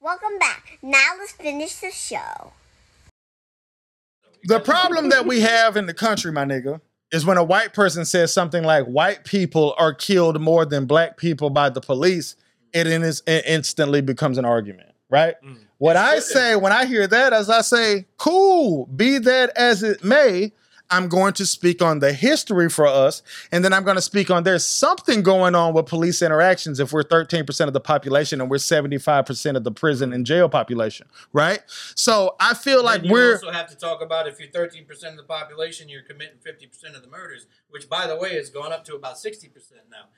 Welcome back. Now let's finish the show. The problem that we have in the country, my nigga, is when a white person says something like white people are killed more than black people by the police, it, in is, it instantly becomes an argument, right? What I say when I hear that is I say, cool, be that as it may, I'm going to speak on the history for us, and then I'm going to speak on there's something going on with police interactions if we're 13% of the population and we're 75% of the prison and jail population, right? So I feel like Then you we're. also have to talk about if you're 13% of the population, you're committing 50% of the murders, which, by the way, has gone up to about 60% now.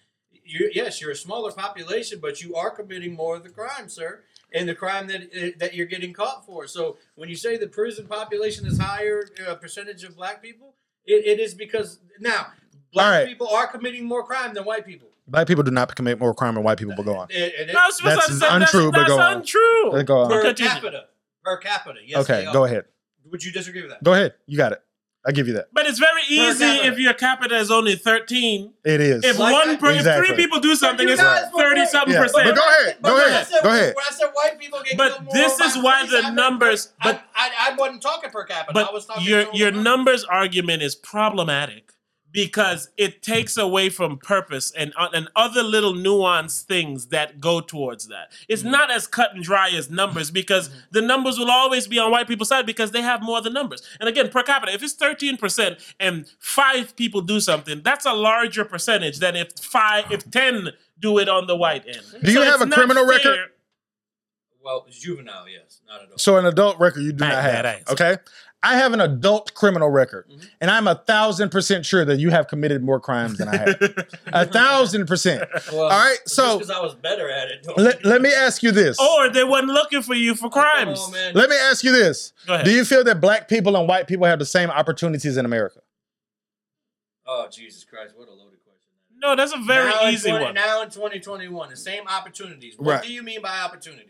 You, yes, you're a smaller population, but you are committing more of the crime, sir, and the crime that eh, that you're getting caught for. So when you say the prison population is higher uh, percentage of black people, it, it is because now black All right. people are committing more crime than white people. Black people do not commit more crime than white people, but go on. It- it is No, I was supposed That's to say that's, untrue, but that's go on. untrue. Uh, Go on. per Continue. capita. Per capita. Yes, Okay, go ahead. Would you disagree with that? Go ahead. You got it. I give you that. But it's very easy capita. if your capita is only 13. It is. If Like one, that. per, Exactly. if three people do something, you it's guys were 30 something Yeah, percent. But go ahead. But Go when I ahead. said- Go ahead. When I said white people get But killed more this by is why police, the I meant- numbers- I- but- I, I, wasn't talking per capita. I was but talking your total your numbers. numbers argument is problematic because it takes away from purpose and uh, and other little nuanced things that go towards that. It's not as cut and dry as numbers because the numbers will always be on white people's side because they have more than numbers. And again, per capita, if it's thirteen percent and five people do something, that's a larger percentage than if five if ten do it on the white end. Do you have it's a not criminal record? fair. Well, it's juvenile, yes, not at all. So an adult record you do Bang not have. that ass. Okay. I have an adult criminal record, Mm-hmm. Mhm. and I'm a thousand percent sure that you have committed more crimes than I have. a thousand percent. Well, all right, just so- 'cause I was better at it. Don't Let, let me ask you this. Or they weren't looking for you for crimes. Come on, man. Let me ask you this. Go ahead. Do you feel that black people and white people have the same opportunities in America? oh Jesus Christ! What a loaded question. no, that's a very Now in easy 20 one. Now in 2021, the same opportunities. What Right. do you mean by opportunities?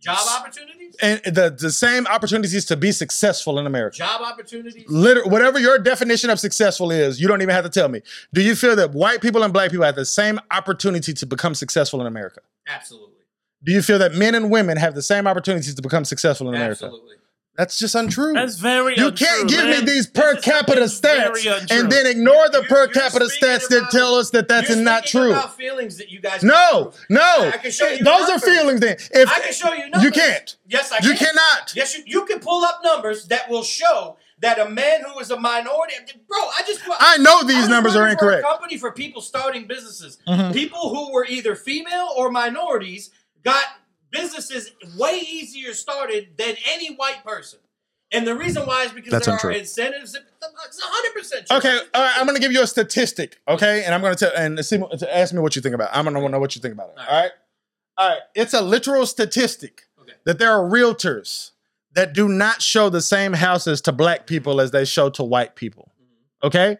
Job opportunities? And the, the same opportunities to be successful in America. Job opportunities? Liter- whatever your definition of successful is, you don't even have to tell me. Do you feel that white people and black people have the same opportunity to become successful in America? Absolutely. Do you feel that men and women have the same opportunities to become successful in America? Absolutely. That's just untrue. That's very. you untrue, can't give man. me these per That's capita very stats untrue. and then ignore the You're- per you're capita speaking stats that about- tell us that that's You're not speaking true. About feelings that you guys. No, no. I can show you Those are numbers. feelings then. If I can show you numbers. You can't. Yes, I can. You cannot. Yes, you, you can pull up numbers that will show that a man who is a minority, bro. I just I know I these was numbers are working for incorrect. Mm-hmm. A company for people starting businesses, people who were either female or minorities got businesses way easier started than any white person. And the reason why is because That's there untrue. are incentives. That, it's 100% true. Okay, all right, I'm gonna give you a statistic, okay? And I'm gonna tell and see to ask me what you think about. It. I'm gonna wanna know what you think about it. All All right. right. all right. It's a literal statistic Okay. that there are realtors that do not show the same houses to black people as they show to white people. Okay?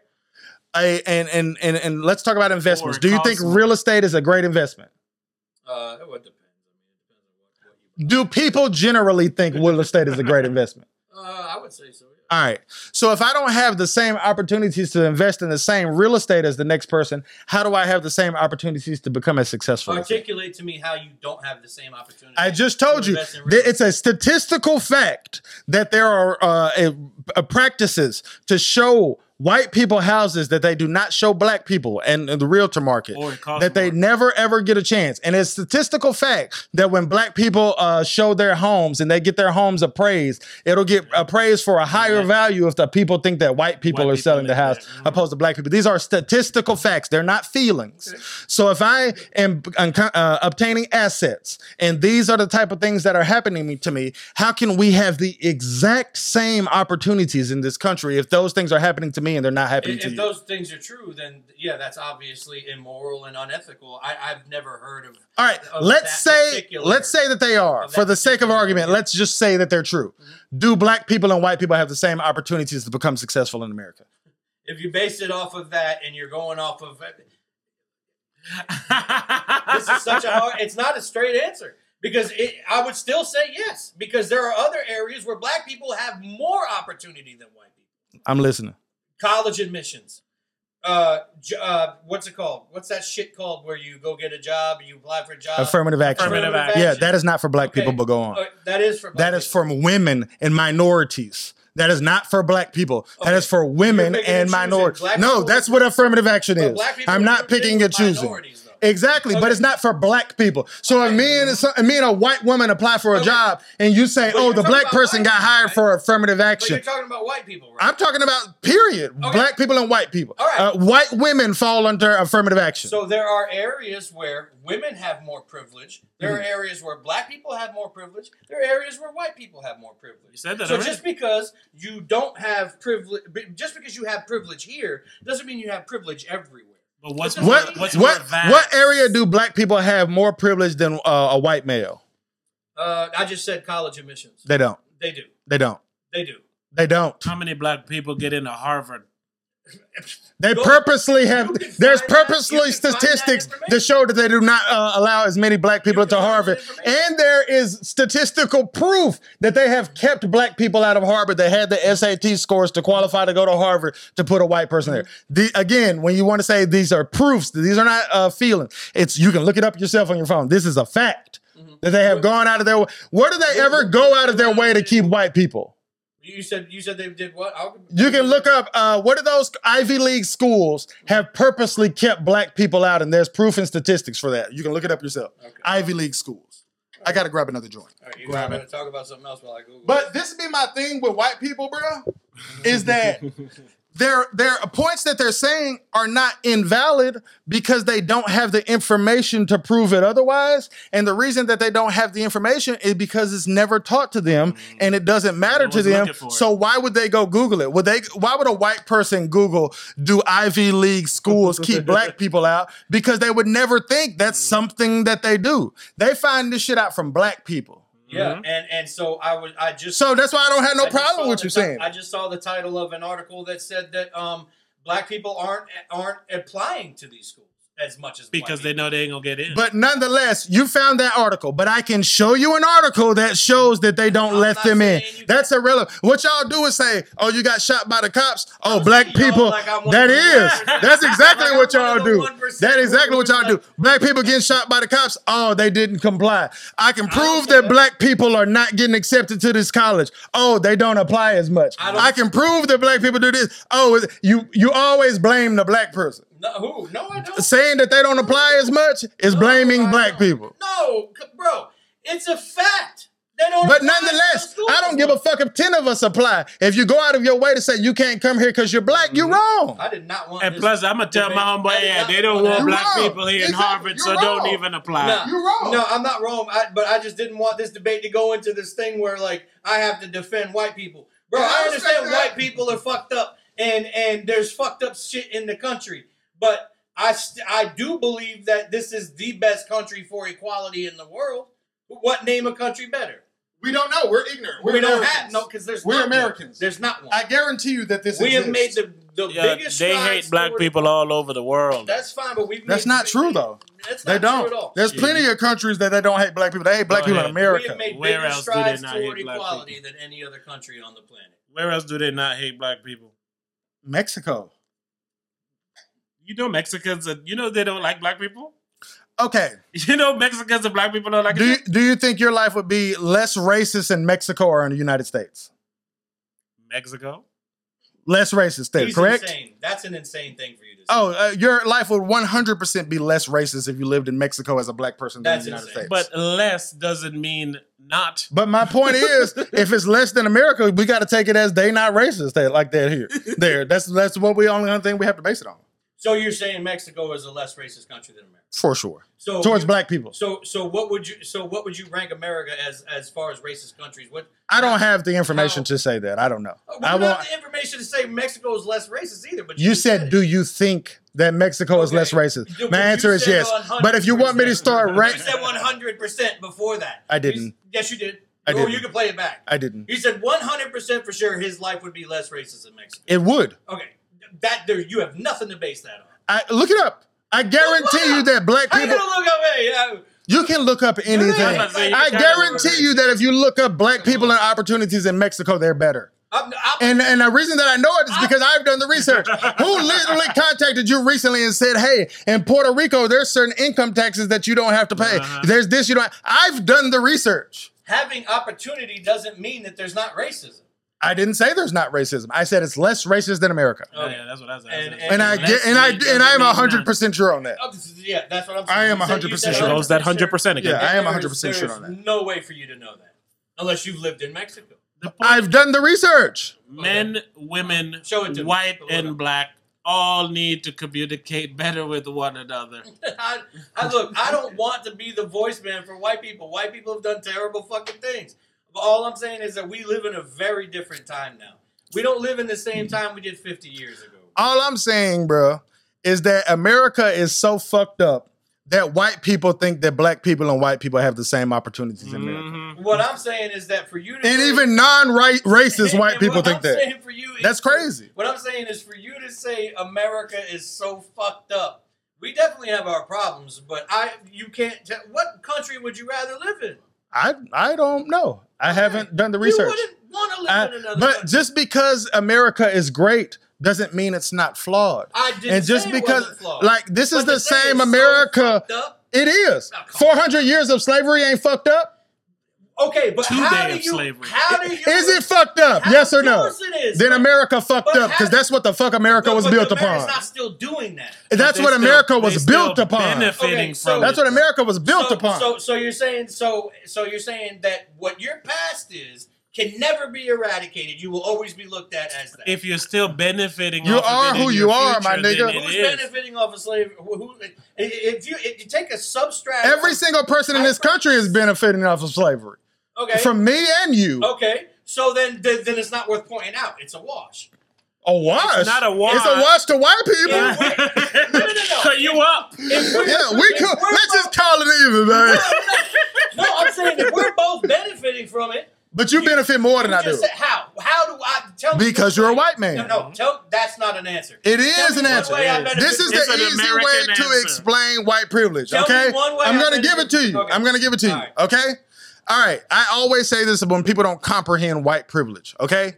I, and, and and and let's talk about investments. it Do you think costs more. real estate is a great investment? Uh, it would depend. I mean, it depends on what, what you. Do people generally think real estate is a great investment? Uh, I would say so. Yeah. All right. So if I don't have the same opportunities to invest in the same real estate as the next person, how do I have the same opportunities to become as successful? as them? Articulate to me how you don't have the same opportunity. I just told to you invest in that real it's a statistical fact that there are uh, a- a practices to show white people houses that they do not show black people and, and the realtor market Or it costs that they more. never ever get a chance and it's statistical fact that when black people uh, show their homes and they get their homes appraised it'll get appraised for a higher Yeah. value if the people think that white people White are people selling the house live there. Mhm. opposed to black people these are statistical facts they're not feelings so if i am uh, obtaining assets and these are the type of things that are happening to me how can we have the exact same opportunities in this country if those things are happening to me and they're not happening If, to if you those things are true, then yeah, that's obviously immoral and unethical. I, I've never heard of. All right, of let's that say particular- let's say that they are. of that For the sake of particular Mm-hmm. argument, area. let's just say that they're true. Do black people and white people have the same opportunities to become successful in America? If you base it off of that, and you're going off of this is such a hard. It's not a straight answer because it, I would still say yes because there are other areas where black people have more opportunity than white people. I'm listening. College admissions, uh, j- uh, what's it called? What's that shit called where you go get a job, you apply for a job? affirmative action. Affirmative Yeah, Uh, action. that is not for black Okay. people, but go on. Uh, that is for That is from women and minorities. That is not for black people. That Okay. is for women You're picking and and choosing. minorities. Black No, people- that's what affirmative action But is. black people I'm are not grouped in picking with and choosing. minorities, though. Exactly, but Okay. it's not for black people. So if me and so, me and a white woman apply for a Okay. job, and you say, But "Oh, you're the talking black about person white got people, hired right? for affirmative But you're action," talking about white people, right? I'm talking about period. Okay. Black people and white people. All right. Uh, white women fall under affirmative action. So there are areas where women have more privilege. There are Mm-hmm. areas where black people have more privilege. There are areas where white people have more privilege. You said that So already. just because you don't have privilege, just because you have privilege here, doesn't mean you have privilege everywhere. But what's What- more, what It's what's what more vast? what area do black people have more privilege than uh, a white male? Uh, I just said college admissions. They don't. They do. They don't. They do. They don't. How many black people get into Harvard? They Go- purposely You have. can There's find that- purposely you can find that statistics information. that show that they do not uh, allow as many black people You to can find that Harvard, information. and there is statistical proof that they have kept black people out of Harvard. They had the SAT scores to qualify to go to Harvard to put a white person there. The, again, when you want to say these are proofs, these are not uh, feelings. It's you can look it up yourself on your phone. This is a fact Mm-hmm. that they have gone out of their. way. Where do they ever go out of their way to keep white people? You said you said they did what? I'll, You can look up uh, what do those Ivy League schools have purposely kept black people out, and there's proof and statistics for that. You can look it up yourself. Ivy League schools. I gotta grab another joint. All right, you guys are going to talk about something else while I Google. But this be my thing with white people, bro, is that their their points that they're saying are not invalid because they don't have the information to prove it otherwise. And the reason that they don't have the information is because it's never taught to them Mm. and it doesn't matter to one's them. looking for it. So why would they go Google it? Would they why would a white person Google do Ivy League schools keep black people out? Because they would never think that's Mm. something that they do. They find this shit out from black people. yeah, and and so I was I just So that's why I don't have no I just problem saw with the you ti- saying. I just saw the title of an article that said that um, black people aren't aren't applying to these schools as much as Because white they people. know they ain't gonna get in. But nonetheless, you found that article. But I can show you an article that shows that they don't I'm let not them in. saying you That's irrelevant. What y'all do is say, "Oh, you got shot by the cops." Oh, I'm black saying y'all people. like I'm one that of the is. 1%. That's exactly Like I'm what one of y'all the do. 1% That is exactly who what y'all is do. Black people getting shot by the cops. Oh, they didn't comply. I can prove care. that black people are not getting accepted to this college. Oh, they don't apply as much. I don't- I can prove that black people do this. Oh, is- you you always blame the black person No, who? No, I don't. saying that they don't apply as much is blaming I black don't. people. No, c- bro, it's a fact. They don't. But apply to nonetheless, schools. I don't give a fuck if 10 of us apply. If you go out of your way to say you can't come here because you're black, you're wrong. I did not want. and this plus, I'm gonna tell debate. my I homeboy, did yeah, not they don't that. want black wrong. people here in Exactly. Harvard, so You're don't wrong. even apply. No, You're wrong. No, I'm not wrong. I, but I just didn't want this debate to go into this thing where like I have to defend white people, bro. Yeah, I I respect understand that. white people are fucked up, and and there's fucked up shit in the country, but I st- I do believe that this is the best country for equality in the world. What name a country better? We don't know. We're ignorant. we don't have no because there's We're not one. Americans. There's not one. I guarantee you that this we is have made the the Yeah, biggest. they strides hate black toward- people all over the world. That's fine, but we've. That's made not big- true, though. That's They not true at don't. all. There's Yeah, plenty you- of countries that they don't hate black people. They hate black Go people in ahead. We America. have made Where bigger else do they strides not hate toward black equality than any other country on the planet. Where else do they not hate black people? Mexico. You know, Mexicans, are, you know, they don't like black people. Okay. You know, Mexicans and black people don't like Do you, each other? do you think your life would be less racist in Mexico or in the United States? Mexico. Less racist, there, He's correct? Insane. That's an insane thing for you to say. Oh, uh, your life would 100% be less racist if you lived in Mexico as a black person than That's the United insane. States. But less doesn't mean not. but my point is, if it's less than America, we got to take it as they not racist they, like that here. There, that's that's what we only thing we have to base it on So you're saying Mexico is a less racist country than America? for sure. So Towards you- black people, So so what would you so what would you rank America as as far as racist countries? What I don't have the information How? to say that. I don't know. Oh, we I don't want. have the information to say Mexico is less racist either. But you, You said, it. do you think that Mexico is Okay. less You- racist? My you answer is said yes. 100%. But if you want me to start You ranking, said 100 percent before that. I You s- didn't. yes, you did. I Or you didn't. can play it back. I didn't. you said 100 percent for sure his life would be less racist in Mexico. It would. Okay, that there you have nothing to base that on. I look it up. I guarantee you that black How you people. gonna look up? Hey, uh, You can look up anything. I'm about to say, you I can- guarantee you that if you look up black people and opportunities in Mexico, they're better. I'm, I'm, And and the reason that I know it is because I've done the research. Who literally contacted you recently and said, "Hey, in Puerto Rico, there's certain income taxes that you don't have to pay. Uh-huh. There's this you don't." I've done the research. having opportunity doesn't mean that there's not racism. I didn't say there's not racism. I said it's less racist than America. Oh, yeah, that's what I was And- asking. And I Less get and I and I am hundred percent sure on that. Oh, this is- yeah, that's what I'm saying. I am You said- 100% you said sure. Shows that hundred percent again. Yeah, I am There is- 100% sure there is on that. No way for you to know that unless you've lived in Mexico. The point I've done the research. men, women, Show it to me. white Pull it and up. black all need to communicate better with one another. I, I look. I don't want to be the voice man for white people. White people have done terrible fucking things. But all I'm saying is that we live in a very different time now. We don't live in the same time we did 50 years ago. All I'm saying, bro, is that America is so fucked up that white people think that black people and white people have the same opportunities in America. Mhm. What I'm saying is that for you to And say- even non-racist and- white and people what think I'm that. saying for you is- That's crazy. What I'm saying is for you to say America is so fucked up. We definitely have our problems, but I you can't. Tell, what country would you rather live in? I I don't know. I haven't done the You research. wouldn't want to live I- in another but country. just because America is great doesn't mean it's not flawed. I didn't and just say it because wasn't flawed. like this is But the to say it's same so America fucked up- it is. Oh, come 400 years of slavery ain't fucked up? Okay, but Two how day do of you? slavery. How do you? Is it fucked up? How- Yes or of no? course it is, Then but- America fucked but up how- because that's what the fuck America But- was but built America's upon. not still doing that. And that's They what still- America they was still built upon. Benefiting Okay, so- from That's it. what America was built so, upon. So, so you're saying so so you're saying that what your past is can never be eradicated. You will always be looked at as that. If you're still benefiting, You off of are it in who your you are, future, my then nigga. it Who's is. benefiting off of slavery? Who, who- if you if you take a substratum, Every single person in this country is benefiting off of slavery. okay, From me and you. okay, so then, then then it's not worth pointing out. It's a wash. A wash. It's not a wash. It's a wash to white people. Yeah. Yeah, No, no, no, no. Cut you up. If we're- we if could. we're Let's both- just call it even, man. No, I'm saying if we're both benefiting from it. But you benefit more than I do. Just say- how? How do I tell me? Because you're a white man. No, no. Tell that's not an answer. It Tell is me an one answer. way I benefit This is from It's the it. an easy American way to answer. explain white privilege. Tell me Okay, one way I'm I gonna give it benefit- to you. Okay. I'm gonna give it to you. All right. Okay. All right. I always say this when people don't comprehend white privilege. Okay,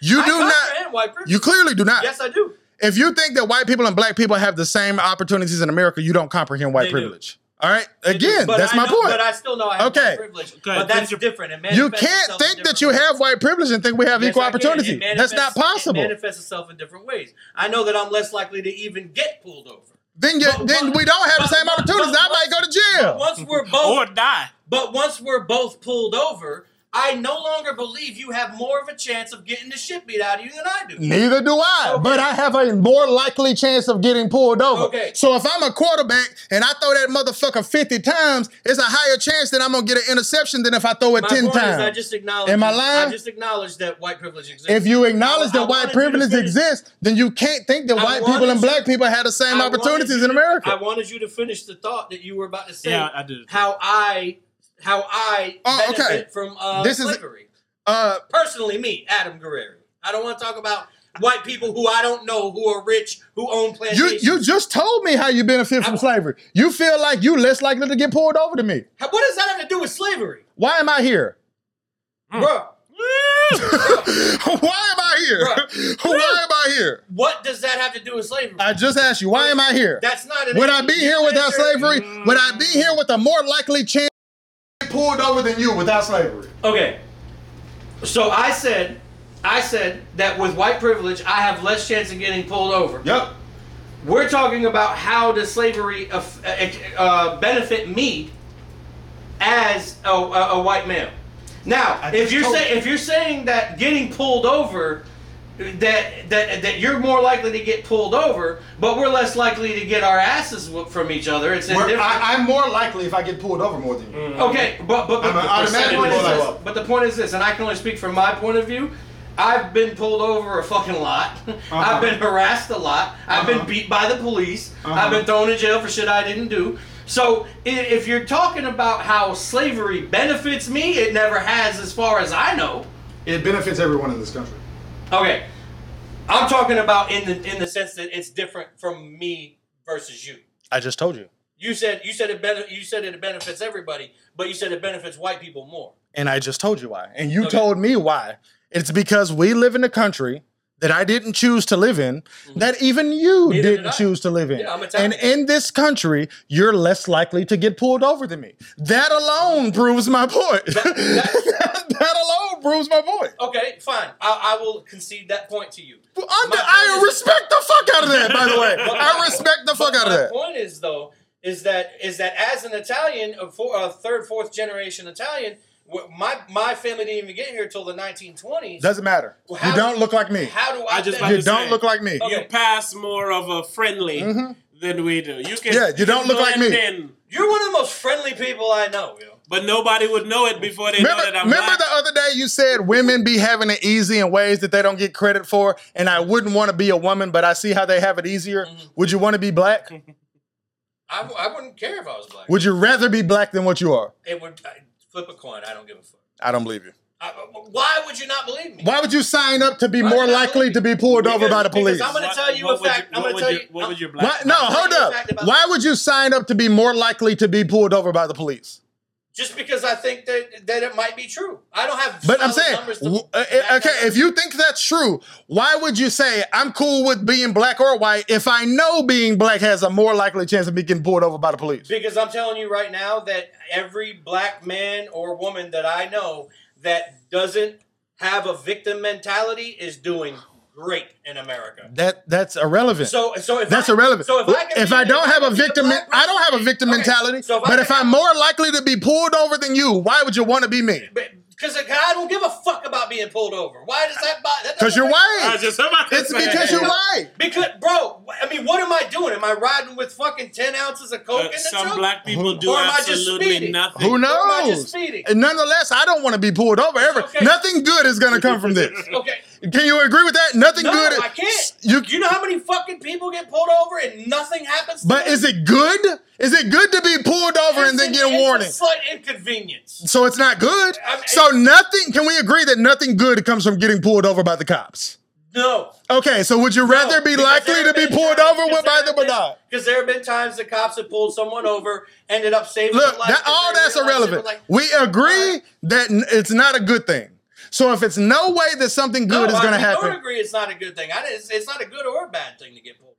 you I do not. comprehend white privilege. You clearly do not. yes, I do. if you think that white people and black people have the same opportunities in America, you don't comprehend white They do. privilege. All right. I do. Again, But that's I my know- point. But I still know I have Okay. white privilege. But ahead. that's Finish different. It you manifests can't itself in think that different you ways. have white privilege and think we have Yes, equal I can. It opportunity. That's manifests- not It possible. manifests itself in different ways. I know that I'm less likely to even get pulled over. Then you, But- then but- we don't have the but- same but- opportunities. but- I might go to jail. Once we're Or both, die. but once we're both pulled over, I no longer believe you have more of a chance of getting the shit beat out of you than I do. Neither do I, Okay. but I have a more likely chance of getting pulled over. Okay. So if I'm a quarterback and I throw that motherfucker 50 times, it's a higher chance that I'm gonna get an interception than if I throw it My 10 point times. Is I just acknowledge. Am I lying? I just acknowledge that white privilege exists. if you acknowledge I- I that white wanted you to privilege finish. exists, then you can't think that I white wanted people and you- black people had the same I wanted opportunities you in to- America. I wanted you to finish the thought that you were about to say. Yeah, I did. How I, how I Oh, okay. benefit from uh, This is- slavery. uh, Personally, me, Adam Guerrero. I don't want to talk about white people who I don't know who are rich who own you plantations. you just told me how you benefit from I- slavery. You feel like you less likely to get pulled over than me. How- what does that have to do with slavery, Why am I here? bro? Why am I here? Bruh. Why am I here? What does that have to do with slavery? I just asked you, why am I here? That's not. An Would I be here without answer. slavery? Would I be here with a more likely chance to get pulled over than you without slavery? Okay. So I said, I said that with white privilege, I have less chance of getting pulled over. Yep. We're talking about how does slavery aff- uh, uh, benefit me as a, a, a white male. Now, I if just you're told saying you. if you're saying that getting pulled over, that that that you're more likely to get pulled over, but we're less likely to get our asses whooped from each other. It's indifferent. I'm more likely if I get pulled over more than you. Okay, but but, but, I'm an but the automatic point is blow this, up. but the point is this, and I can only speak from my point of view. I've been pulled over a fucking lot. Uh-huh. I've been harassed a lot. I've been beat by the police. Uh-huh. I've been thrown in jail for shit I didn't do. So i- if you're talking about how slavery benefits me, it never has, as far as I know. It benefits everyone in this country. Okay, I'm talking about in the in the sense that it's different from me versus you. I just told you. You said you said it bene- you said it benefits everybody, but you said it benefits white people more. And I just told you why. And you Okay. told me why. It's because we live in a country that I didn't choose to live in, that even you Mm-hmm. Neither did didn't I. choose to live in. Yeah, I'm Italian. and in this country, you're less likely to get pulled over than me. That alone proves my point. That, alone proves my point. Okay, fine. I, I will concede that point to you. Well, I'm- My I point is- respect the fuck out of that, by the way. But- I respect the fuck out of My that. point is though is that is that as an Italian, a, four, a third, fourth generation Italian, wh- my my family didn't even get here till the 1920s. Doesn't matter. Well, you how don't do- look like me. How do I, I just then- like You to don't say- look like me. You Okay. pass more of a friendly than we do. You Mm-hmm. can Yeah, you don't look like me. blend in, You're one of the most friendly people I know. Yo. but nobody would know it before they know Remember, that I'm remember black. the other day you said women be having it easy in ways that they don't get credit for, and I wouldn't want to be a woman, but I see how they have it easier. Mm-hmm. Would you want to be black? I, w- I wouldn't care if I was black. Would you rather be black than what you are? it would I, flip a coin. I don't give a fuck. I don't believe you. I, why would you not believe me? Why would you sign up to be Why more would I likely believe to be pulled over Because- by the because police? I'm gonna What- tell you what a would fact. I'm what gonna would tell your- you- What would your black? Why, no, friend- I'll hold tell you a up. fact about Why that. would you sign up to be more likely to be pulled over by the police? Just because I think that that it might be true. I don't have. But I'm solid saying, numbers to w- uh, back that uh, okay, up. if you think that's true, why would you say I'm cool with being black or white if I know being black has a more likely chance of me getting pulled over by the police? Because I'm telling you right now that every black man or woman that I know that doesn't have a victim mentality is doing great in America. That that's irrelevant. So, so if that's I- irrelevant. So if I, can be- don't have a can be victim, black I don't have a victim okay, mentality. so if I but can if I'm have- more likely to be pulled over than you, why would you want to be me? because I don't give a fuck about being pulled over. Why does that bother? that Because doesn't you're matter. I white. was just about to It's say. because you're white. Because, bro, I mean, what am I doing? Am I riding with fucking ten ounces of coke Uh, in the some truck? black people do Or am I just absolutely speeding? nothing. Who am I just knows? speeding? And nonetheless, I don't want to be pulled over ever. okay. Nothing good is going to come from this. Okay, Can you agree with that? Nothing no, good. I can't. You, You know how many fucking people get pulled over and nothing happens? To but them? is it good? Is it good to be pulled over and then It's get an- a warning? It's a slight inconvenience. So it's not good. I'm- So nothing. Can we agree that nothing good comes from getting pulled over by the cops? No. Okay, so would you rather be likely to be pulled over with by the banana? Because there have been times the cops have pulled someone over, ended up saving Look, their life. that, 'cause all they that's realized they were irrelevant. like, We agree that n- it's not a good thing. So if it's no way that something good no, is going I to don't happen, agree it's not a good thing. I, it's, it's not a good or a bad thing to get pulled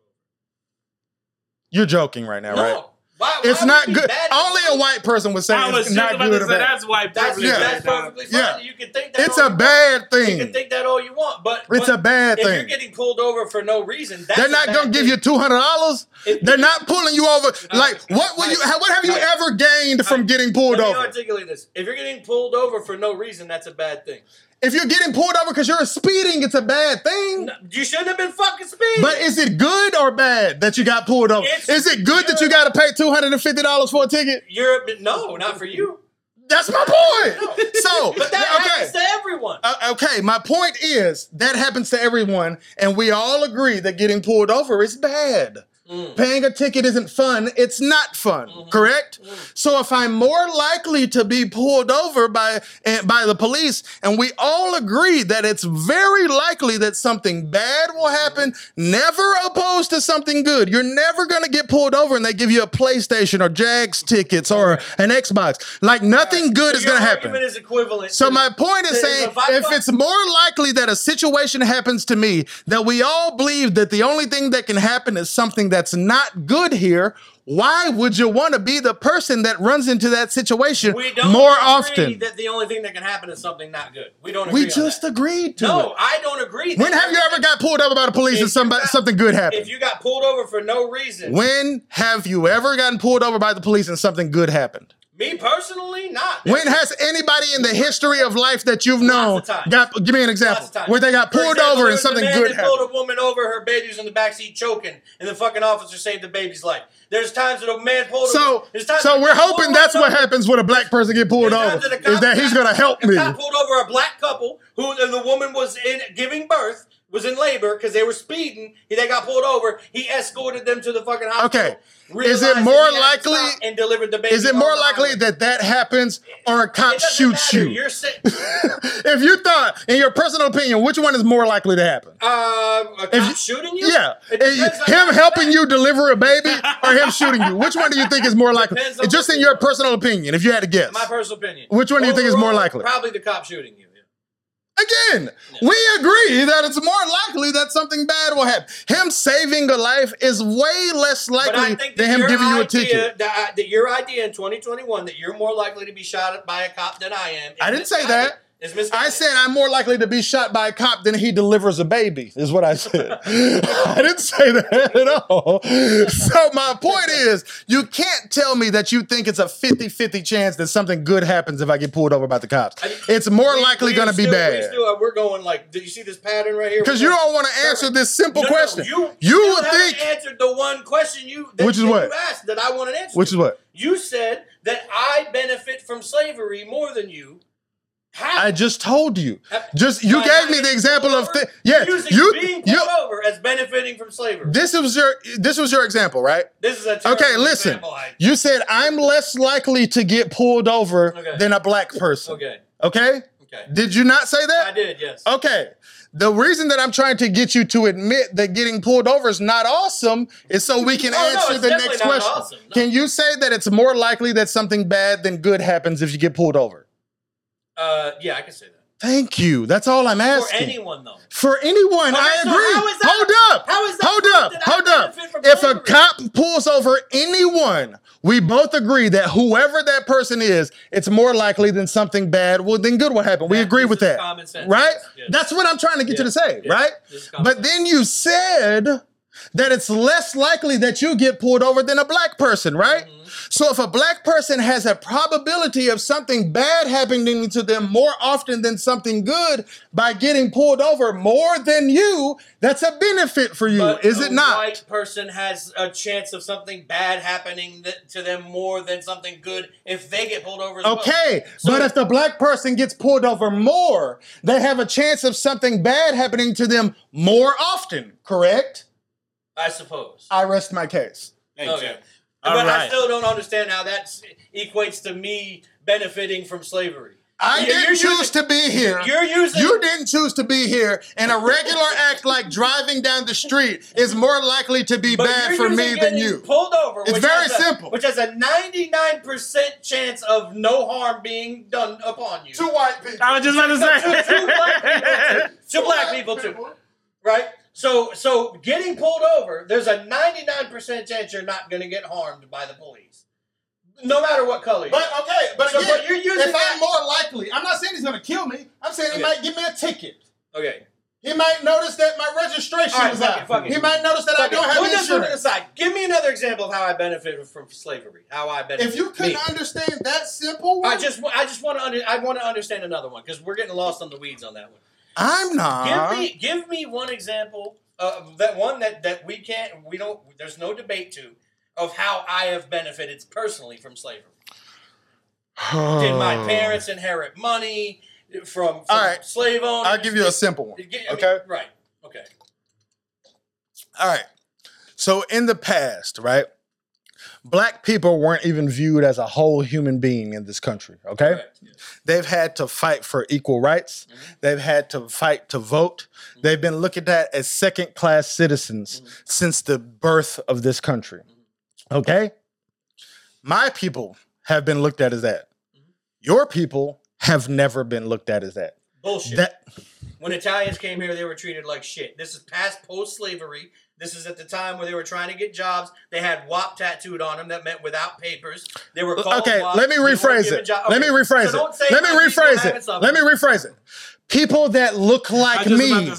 you're joking right now, over. right? No. Why, why It's would not you be good. mad at Only a someone? white person would say I was it's just not about to good say or bad. that's white That's, privilege. Yeah. that's perfectly fine. Yeah. You can think that It's all a you bad want. You thing. can think that all you want, but It's but a bad If you're thing. getting pulled over for no reason, that's They're a not bad gonna give thing. you two hundred dollars. If- They're not pulling you over. Like what? Will you? I- What have you I- ever gained from getting pulled Let me over? articulate this. If you're getting pulled over for no reason, that's a bad thing. If you're getting pulled over because you're speeding, it's a bad thing. No, You shouldn't have been fucking speeding. But is it good or bad that you got pulled over? It's is it good that you good. got to pay two hundred and fifty dollars for a ticket? Europe, no, not for you. That's my point. So But that Oh, okay. happens to everyone. Uh, okay, my point is that happens to everyone, and we all agree that getting pulled over is bad. Mm. Paying a ticket isn't fun. It's not fun, Mm-hmm. correct? So if I'm more likely to be pulled over by eh, by the police, and we all agree that it's very likely that something bad will Mm-hmm. happen, never opposed to something good. You're never gonna get pulled over, and they give you a PlayStation or Jags tickets or an Xbox. Like nothing good is Your gonna happen. argument is equivalent. So to- my point is to- saying, I if fuck- it's more likely that a situation happens to me, that we all believe that the only thing that can happen is something that's not good here, why would you want to be the person that runs into that situation we don't more agree often? that the only thing that can happen is something not good. We don't. Agree We on just that. agreed to no. it. I don't agree. When have you ever got pulled over by the police and If you somebody got- something good happened? If you got pulled over for no reason, when have you ever gotten pulled over by the police and something good happened? me personally, not. When has anybody in the history of life that you've known of times. got? Give me an Lots example of times. where they got For pulled example, over there and was a something man good that happened. Pulled a woman over. Her baby was in the backseat choking, and the fucking officer saved the baby's life. There's times that a man pulled. So, a, there's times that so a we're man pulled hoping a that's woman what over- happens when a black person get pulled over Sometimes the is that cop- he's gonna help the me. cop pulled over a black couple who and the woman was in giving birth, was in labor because they were speeding. He, they got pulled over. He escorted them to the fucking hospital. Okay. realized Is it that more he had to likely- stop And delivered the baby. Is it on more the likely highway. that that happens or a cop It doesn't shoots matter. you? You're sick. If you thought, in your personal opinion, which one is more likely to happen? Uh, a cop If you- shooting you? Yeah, It And depends on him how helping bad. you deliver a baby or him shooting you? Which one do you think is more likely? Depends on Just what in you your want. personal opinion, if you had to guess. My personal opinion. Which one do you think is more Overall, likely? Probably the cop shooting you. yeah. Again, we agree that it's more likely that something bad will happen. Him saving a life is way less But I likely think that than him your giving you a idea- ticket. That, that your idea in 2021 that you're more likely to be shot at by a cop than I am. is I didn't say misguided. that. Is misguided. I said I'm more likely to be shot by a cop than he delivers a baby, is what I said. I didn't say that at all. So my point is, you can't tell me that you think it's a 50-50 chance that something good happens if I get pulled over by the cops. I- It's more We- likely we going to are be still- bad. We still, uh, we're going like, do you see this pattern right here? Because you don't want to answer this simple No, no, question. You, you still would haven't think, answered the one question you that, Which is that what? you asked that I want an answer. which is to. what you said that I benefit from slavery more than you. How? I just told you. Have- Just you by gave me not the being example pulled of over, thi- yes, using you being pulled you. over as benefiting from slavery. This was your this was your example, right? This is a terrible Okay, listen. example, I- You said I'm less likely to get pulled over Okay. than a black person. okay, Okay? okay, Did you not say I that? did. Yes. Okay. The reason that I'm trying to get you to admit that getting pulled over is not awesome is so we can Oh, no, answer it's the definitely next not question. awesome, no. Can you say that it's more likely that something bad than good happens if you get pulled over? Uh, yeah, I can say that. Thank you. That's all I'm For asking. anyone though. For anyone, Okay, I so agree. how is that- hold up. how is that proof hold up. that I Hold up. benefit from If a slavery? cop pulls over anyone, we both agree that whoever that person is, it's more likely than something bad will than good will happen. We Yeah, agree this with is that. common sense. Right? Yes. That's what I'm trying to get you to Yeah. say, Yeah. right? This is common But sense. then you said that it's less likely that you get pulled over than a black person, right? Mm-hmm. So if a black person has a probability of something bad happening to them more often than something good by getting pulled over more than you, that's a benefit for you, But is it a not? White person has a chance of something bad happening th- to them more than something good if they get pulled over. As well. Okay, So- but if the black person gets pulled over more, they have a chance of something bad happening to them more often, correct? I suppose. I rest my case. Okay. All but I right. still don't understand how that s- equates to me benefiting from slavery. I You're- didn't you're choose using- to be here. You're using. You didn't choose to be here, and a regular act like driving down the street is more likely to be but bad you're for using me than getting you. Pulled over. It's which very has a- simple. Which has a 99% chance of no harm being done upon you. Two white people. I was just about to to, to black say. people too. To black people too. right? So, so getting pulled over, there's a 99% chance you're not going to get harmed by the police, no matter what color. But you okay, but So, again, but you're using if that- I'm more likely, I'm not saying he's gonna kill me. I'm saying he Okay. might give me a ticket. are. okay. He might notice that my registration All right, is fuck out. it, fuck it. he might notice that I Okay, don't have Put this one to the insurance. side. Give me another example of how I benefited from slavery. How I benefited. If you couldn't me. understand that simple one, I just, wa- I just want to, under, I want to understand another one because we're getting lost on the weeds on that one. I'm not. Give me, give me one example, uh, that one that that we can't, we don't, there's no debate to, of how I have benefited personally from slavery. Did my parents inherit money from, from Hmm. All right. slave owners? I'll give you a simple one. Did- get- I mean, Okay. right. Okay. All right. So in the past, right, black people weren't even viewed as a whole human being in this country, okay? Correct. They've had to fight for equal rights. They've had to fight to vote. They've been looked at as second class citizens since the birth of this country. Okay? My people have been looked at as that. Your people have never been looked at as that. Bullshit. That when Italians came here, they were treated like shit. This is past post slavery. This is at the time where they were trying to get jobs. They had WAP tattooed on them. That meant without papers. They were called okay, WAP. let me They weren't rephrase given it. job- Let me okay, rephrase so don't say it. Let me black people rephrase haven't it. suffered. Let me rephrase it. People that look like me.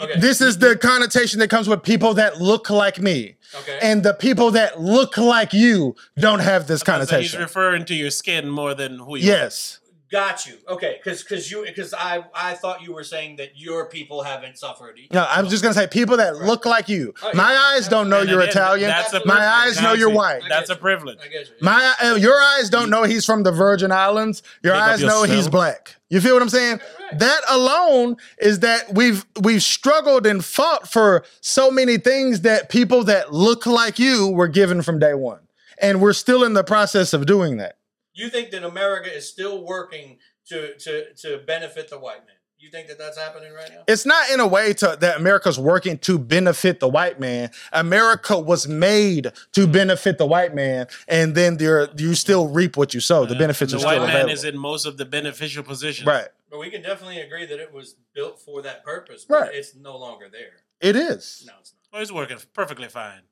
Okay. This is the connotation that comes with people that look like me. Okay. And the people that look like you don't have this So he's connotation. referring to your skin more than who you are. yes. Got you. Okay, because because you because I I thought you were saying that your people haven't suffered. e- No, I'm just gonna say people that look like you. Oh, yeah. My eyes don't know And you're again, Italian. that's My a privilege. eyes know That's you're it. white. That's a privilege. I get you. My uh, your eyes don't know he's from the Virgin Islands. Your Big up eyes know he's yourself. black. You feel what I'm saying? That alone is that we've we've struggled and fought for so many things that people that look like you were given from day one, and we're still in the process of doing that. You think that America is still working to to to benefit the white man? You think that that's happening right now? It's not in a way to, that America's working to benefit the white man. America was made to Mm. benefit the white man, and then there you still reap what you sow. The benefits The are still white man available. is in most of the beneficial positions. right. But we can definitely agree that it was built for that purpose. But Right. It's no longer there. It is. No, it's not. Well, it's working perfectly fine.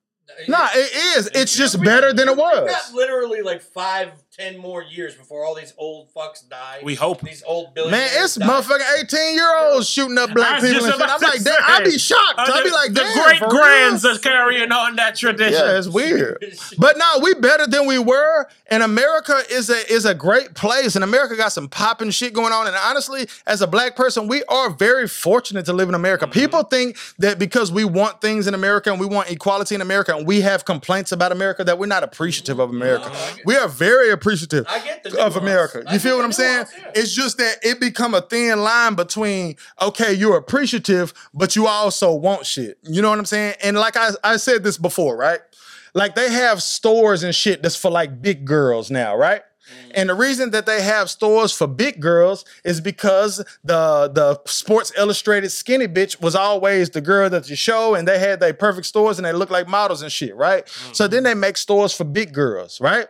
No, it is. It's just better than it we was. got literally like five, ten more years before all these old fucks die. We hope. these old billionaires. Man, it's die. motherfucking 18 year olds shooting up I black was people and just shit. about I'm to like, damn, say, I'd be shocked. Uh, I'd the, be like, the damn. great for real?" grands are carrying on that tradition. Yeah, it's weird. But no, we better than we were. And America is a is a great place. And America got some popping shit going on. And honestly, as a black person, we are very fortunate to live in America. People think that because we want things in America and we want equality in America and we have complaints about America that we're not appreciative of America. we are very appreciative I get the of nuance. America. I You get feel the what I'm saying? nuance, yeah. It's just that it become a thin line between okay, you're appreciative, but you also want shit. You know what I'm saying? And like I, I said this before, right? Like they have stores and shit that's for like big girls now, right? Mm. And the reason that they have stores for big girls is because the the Sports Illustrated skinny bitch was always the girl that you show, and they had their perfect stores and they look like models and shit, right? So Mm. then they make stores for big girls, right?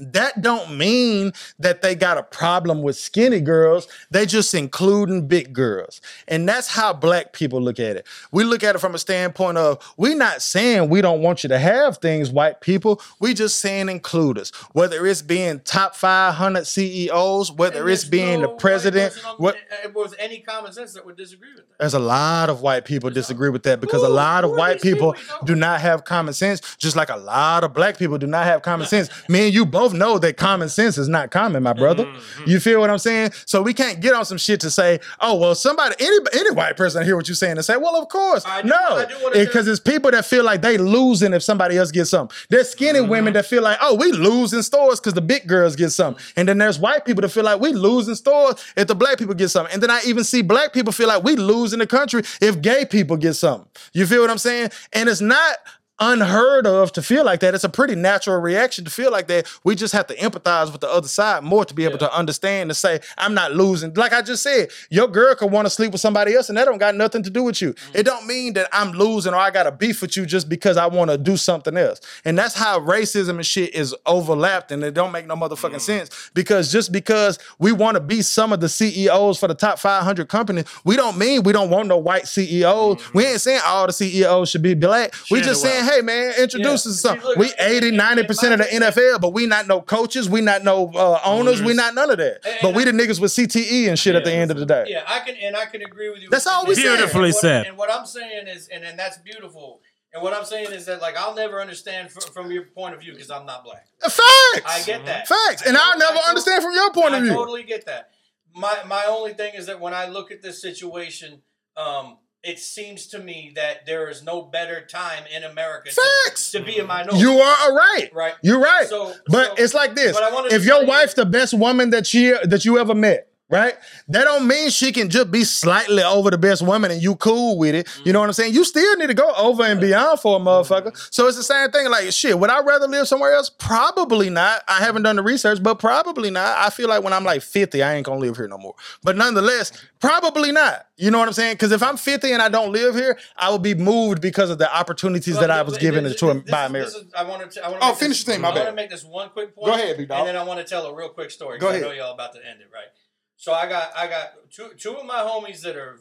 that don't mean that they got a problem with skinny girls. They just including big girls. And that's how black people look at it. We look at it from a standpoint of we're not saying we don't want you to have things, white people. We just saying include us. Whether it's being top 500 CEOs, E whether And it's there's being no the white president. person on- What, It was any common sense that would disagree with that. there's a lot of white people disagree with that because a Who- lot of who are white these people people you know? do not have common sense, just like a lot of black people do not have common sense. Me and you both know that common sense is not common, my brother. Mm-hmm. You feel what I'm saying? So we can't get on some shit to say, oh, well, somebody, any, any white person hear what you're saying and say, well, of course. I do- I no, do wanna because it's people that feel like they losing if somebody else gets something. There's skinny Mm-hmm. women that feel like, oh, we losing stores because the big girls get something. And then there's white people that feel like we losing stores if the black people get something. And then I even see black people feel like we losing the country if gay people get something. You feel what I'm saying? And it's not unheard of to feel like that. It's a pretty natural reaction to feel like that. We just have to empathize with the other side more to be able to understand and say, I'm not losing. Like I just said, your girl could want to sleep with somebody else and that don't got nothing to do with you. It don't mean that I'm losing or I got a beef with you just because I want to do something else. And that's how racism and shit is overlapped and it don't make no motherfucking sense because just because we want to be some of the CEOs for the top 500 companies, we don't mean we don't want no white CEOs. We ain't saying all the CEOs should be black. we Share just the saying, hey man, introduce Yeah. us to See, something. look, We I- 80, 90% of the NFL, but we not no coaches, we not no uh, owners, we not none of that. And- But we the niggas with CTE and shit at the end of the day. Yeah, I can, and I can agree with you. That's all we said. Beautifully and what, said. And what I'm saying is, and, and that's beautiful. And what I'm saying is that, like, I'll never understand fr- from your point of view because I'm not black. Facts. I Mm-hmm. get that. Facts. And I I'll totally- never I totally- understand from your point I of view. totally get that. My my only thing is that when I look at this situation, um, it seems to me that there is no better time in America to, Facts. to be a minority. You are all right. Right. You're right. So- but so- it's like this: but I wanted if to your say- wife's the best woman that she that you ever met, right? That don't mean she can just be slightly over the best woman and you cool with it. You know what I'm saying? You still need to go over and beyond for a motherfucker. So it's the same thing. Like shit, would I rather live somewhere else? Probably not. I haven't done the research, but probably not. I feel like when I'm like 50, I ain't gonna live here no more. But nonetheless, probably not. You know what I'm saying? Because if I'm 50 and I don't live here, I will be moved because of the opportunities that I was Look, given this- to this- by this- America. this is- I want to. I want Oh, to finish this, your thing, my I want bad. to make this one quick point. ahead, big dog. And then I want to tell a real quick story. Go 'cause ahead. I know y'all about to end it, right? So I got I got two two of my homies that are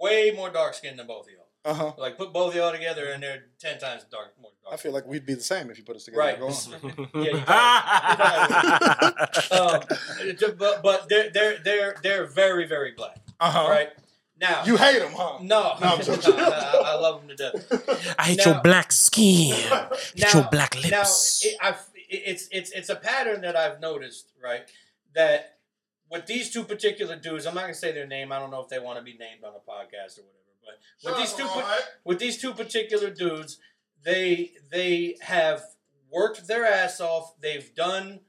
way more dark skinned than both of y'all. Uh huh. Like put both of y'all together, and they're ten times dark more dark. I feel like we'd be the same if you put us together. right. Go on. yeah, you probably- you probably would. um, but but they're they're they're they're very very black. Uh-huh. Right now You hate him, huh? No, No, I'm no, joking. no, I, I love them to death. I hate Now- your black skin. hate your black Now, lips. it, I've, it- it's it's it's a pattern that I've noticed, right? That with these two particular dudes, I'm not gonna say their name. I don't know if they want to be named on a podcast or whatever. But with these two, pa- with these two particular dudes, they they have worked their ass off. They've done.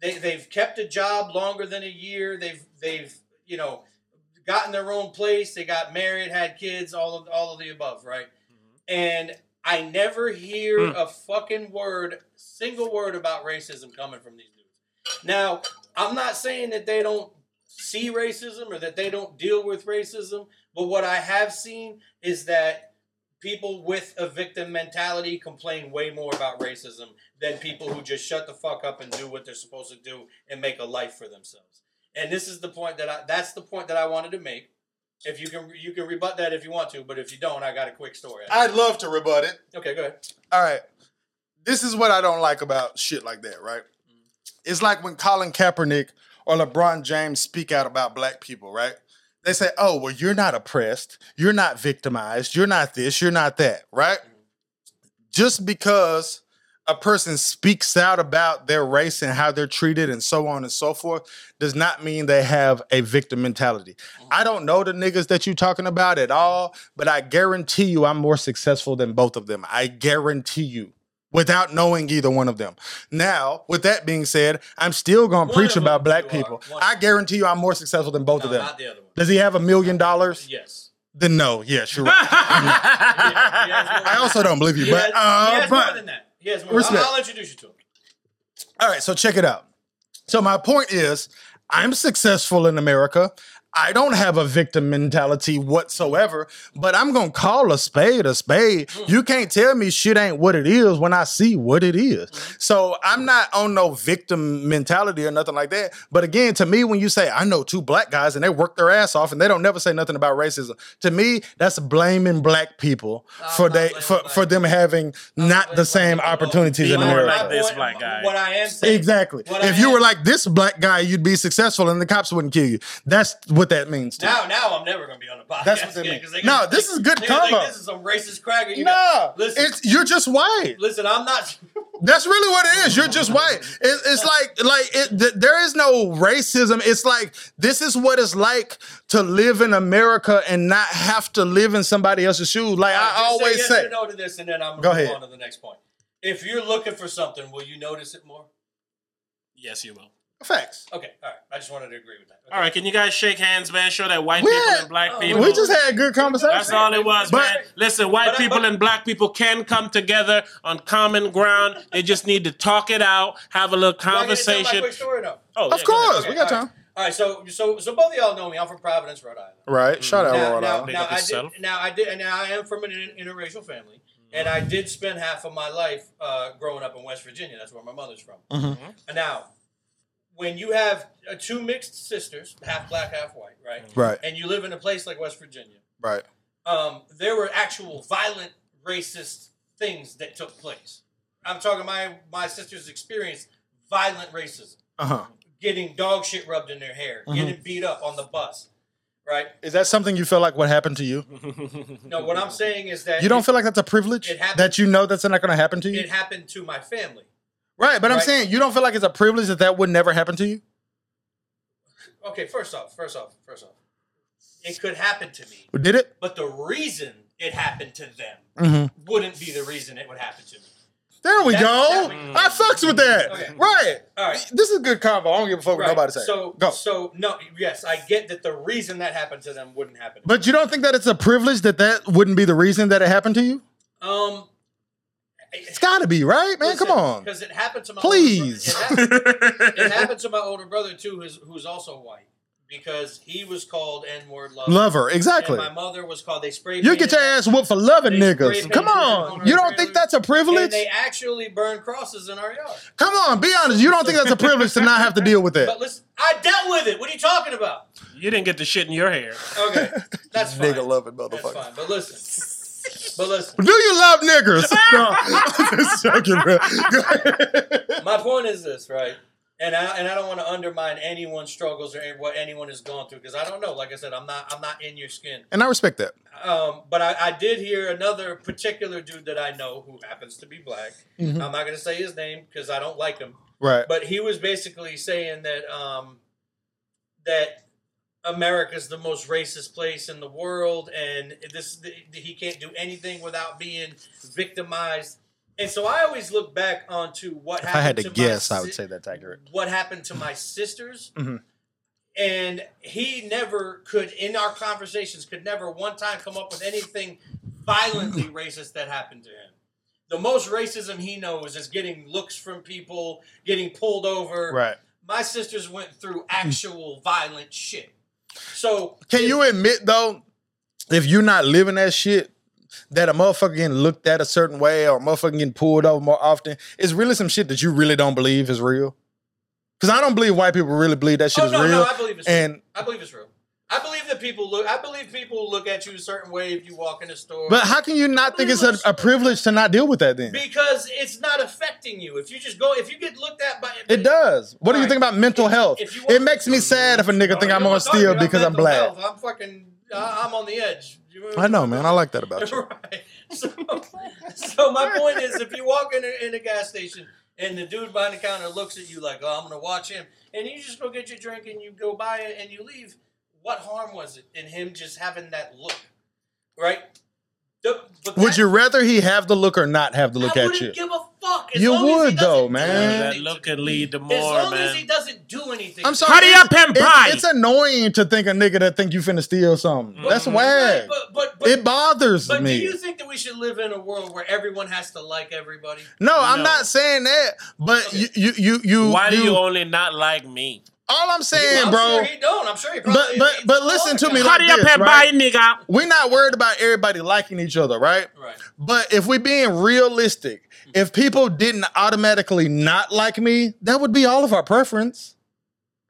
They they've kept a job longer than a year. They've they've you know gotten their own place. They got married, had kids, all of all of the above, right? And I never hear a fucking word, single word about racism coming from these dudes. Now, I'm not saying that they don't see racism or that they don't deal with racism, but what I have seen is that people with a victim mentality complain way more about racism than people who just shut the fuck up and do what they're supposed to do and make a life for themselves. And this is the point that I that's the point that I wanted to make. If you can you can rebut that if you want to, but if you don't, I got a quick story. I'd love to rebut it. okay, go ahead. All right. This is what I don't like about shit like that, right? It's like when Colin Kaepernick or LeBron James speak out about black people, right? They say, oh, well, you're not oppressed. You're not victimized. You're not this. You're not that, right? Just because a person speaks out about their race and how they're treated and so on and so forth does not mean they have a victim mentality. I don't know the niggas that you're talking about at all, but I guarantee you I'm more successful than both of them. I guarantee you without knowing either one of them. Now, with that being said, I'm still going to One preach of them about black you are. people. One of I guarantee you I'm more successful than both No, of them. not the other one. Does he have a million dollars? Yes. Then no. Yes, you're right. He has more- I also don't believe you, he has, but he uh, has more but than that. He has more. I'll, Respect. I'll introduce you to him. All right, so check it out. So my point is, I'm successful in America. I don't have a victim mentality whatsoever, but I'm gonna call a spade a spade. Hmm. You can't tell me shit ain't what it is when I see what it is. Hmm. So I'm not on no victim mentality or nothing like that. But again, to me, when you say I know two black guys and they work their ass off and they don't never say nothing about racism, to me that's blaming black people for Oh, not they blaming for, black for them having not the blaming same black people. opportunities Be in more America. like this My black guy. What I am saying. Exactly. What I if you am- were like this black guy, you'd be successful and the cops wouldn't kill you. That's what that means to me. Now, now I'm never gonna be on the podcast. That's what they again, mean. 'cause they No, gonna this think- is good they're gonna think combo. This is some racist cracker. You Nah, got- listen, it's you're just white. listen. I'm not. That's really what it is. You're just white. It, it's like like it, th- there is no racism. It's like this is what it's like to live in America and not have to live in somebody else's shoes. Like All right, I just always yes say, or no to this, and then I'm gonna Go move ahead. on to the next point. If you're looking for something, will you notice it more? Yes, you will. facts. Okay, all right. I just wanted to agree with that. Okay. All right, can you guys shake hands, man? Show that white We people had- and black Oh, people. We just had a good conversation. That's all it was, But- man. Listen, white but I- people but- and black people can come together on common ground. They just need to talk it out, have a little Do I get to tell my conversation. quick story or no? Oh, Of yeah, go ahead. course, we got all right. time. All right, so so so both of y'all know me. I'm from Providence, Rhode Island. Right? Shout out, Mm-hmm. now, Rhode now, Island. Big now up I yourself. did, now I did, and now I am from an in- interracial family, and I did spend half of my life uh, growing up in West Virginia. That's where my mother's from. Mm-hmm. And now, when you have uh, two mixed sisters, half black, half white, right? Mm-hmm. Right. And you live in a place like West Virginia, Right. um, there were actual violent, racist things that took place. I'm talking my my sisters experienced violent racism, Uh huh. getting dog shit rubbed in their hair, Mm-hmm. getting beat up on the bus, right? Is that something you feel like what happened to you? No, what I'm saying is that You don't feel like that's a privilege It happened. that you know that's not going to happen to you, it happened to my family. right? But I'm right. saying you don't feel like it's a privilege that that would never happen to you. Okay, first off, first off, first off, it could happen to me, Did it? but the reason it happened to them Mm-hmm. wouldn't be the reason it would happen to me. There we That- that go. we- I fucks with that, Okay. right? All right. This is a good convo. I don't give a fuck what Right. nobody says. So, go. so no, yes, I get that the reason that happened to them wouldn't happen. To But you don't think that it's a privilege that that wouldn't be the reason that it happened to you? me. um, It's got to be, right, man? Come on. because it happened to my Please. Older brother. It, happened, it happened to my older brother too, who's who's also white, because he was called N word lover. Lover, and exactly. my mother was called. They sprayed. You painted get your her- ass whooped for loving They niggas. spray Come painted on. on You her don't trailer. think that's a privilege? And they actually burned crosses in our yard. Come on, be honest. You don't think that's a privilege to not have to deal with But that? listen, I dealt with it. What are you talking about? You didn't get the shit in your hair. Okay, that's fine. loving that's fine. But listen, but listen. Do you love niggers? no. I'm just joking, bro. Go ahead. My point is this, right? And I and I don't want to undermine anyone's struggles or any- what anyone has gone through because I don't know. Like I said, I'm not I'm not in your skin. and I respect that. Um, but I, I did hear another particular dude that I know who happens to be black. I'm not going to say his name because I don't like him. Right. But he was basically saying that um, that America's the most racist place in the world, and this th- he can't do anything without being victimized. And so I always look back onto what if I happened had to, to my guess, I si- would say that's accurate. what happened to my sisters Mhm. and he never could in our conversations could never one time come up with anything violently racist that happened to him the most racism he knows is getting looks from people getting pulled over Right. Mm. my sisters went through actual violent shit so Can you admit though, if you're not living that shit, that a motherfucker getting looked at a certain way or a motherfucker getting pulled over more often, it's really some shit that you really don't believe is real. Because I don't believe white people really believe that shit oh is no, real. no, I believe it's and real. I believe it's real. I believe that people look. I believe people look at you a certain way if you walk in a store. but how can you not think it's a, a privilege to not deal with that then? because it's not affecting you. If you just go, if you get looked at by It does. What do you Right. think about mental health? if you want- It makes me sad if a nigga think You're I'm gonna talking steal about because I'm mental black. health. I'm fucking. I- I'm on the edge. You- I know, man. I like that about you. Right. So, so my point is, if you walk in a, in a gas station and the dude behind the counter looks at you like, "Oh, I'm gonna watch him," and you just go get your drink and you go buy it and you leave, what harm was it in him just having that look, right? The- but Would that- you rather he have the look or not have the look I at wouldn't you? give a fuck. as You long as he would, though, doesn't do man. anything that to look me. can lead to As more, long as man. he doesn't do anything. I'm to sorry. Hurry it's- up and it's- buy. It's, annoying to think a nigga that think you finna steal something. That's me. Right, whack. But but but, It bothers but do me. you think that we should live in a world where everyone has to like everybody? no, I'm No. not saying that. But Okay. you, you, you, you. Why do you All only not like me? I'm saying, I'm bro. sure he don't. I'm sure he but probably. but but listen to me. Like Hurry up this, and right? buy, nigga. We're not worried about everybody liking each other, right? Right. Hmm. But if we're being realistic, if people didn't automatically not like me, that would be all of our preference.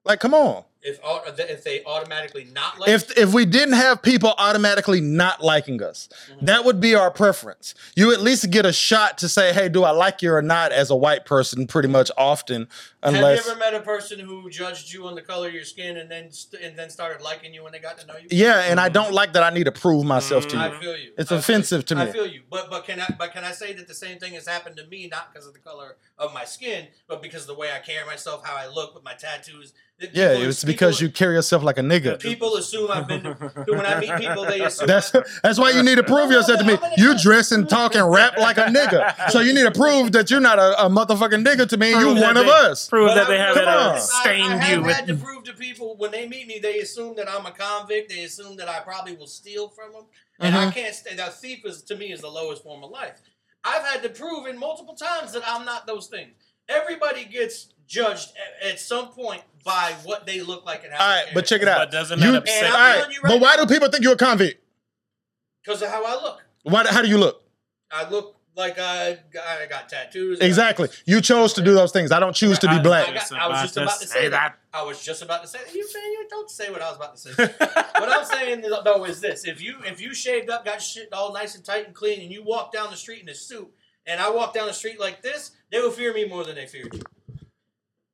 Like, come on. If au- if they automatically not like If if we didn't have people automatically not liking us, Mm-hmm. that would be our preference. You at least get a shot to say, "Hey, do I like you or not?" As a white person, pretty much often, Have unless you ever met a person who judged you on the color of your skin and then st- and then started liking you when they got to know you? yeah. And I don't like that. I need to prove myself to Mm-hmm. Mm, I you. feel you. It's I feel offensive you. to I me. feel you, but but can I but can I say that the same thing has happened to me not because of the color of my skin, but because of the way I carry myself, how I look with my tattoos. That Yeah, people- it's because you people- carry yourself like a nigga. People assume I've been. To, when I meet people, they assume That's that's why you need to prove yourself to me. You dress and talk and rap like a nigga, so you need to prove that you're not a, a motherfucking nigga to me. and Prove You that one of they- us. Prove But that they I- have Come not on. I, I stained have you had to with. prove to people when they meet me, they assume that I'm a convict. They assume that I probably will steal from them, and I can't stand that. Thief is to me is the lowest form of life. I've had to prove in multiple times that I'm not those things. Everybody gets judged at, at some point by what they look like and how. All right, but check it out. But doesn't You- that all upset And I'm right, telling you right but why do people think you're a convict? because of how I look. Why? How do you look? I look like I I got tattoos. Exactly. You chose to do those things. I don't choose to be I- I, black. got- I was just about to say that. I was just about to say that. You man, you don't say what I was about to say. what I'm saying though is this: if you if you shaved up, got shit all nice and tight and clean, and you walk down the street in a suit, and I walk down the street like this, they will fear me more than they feared you.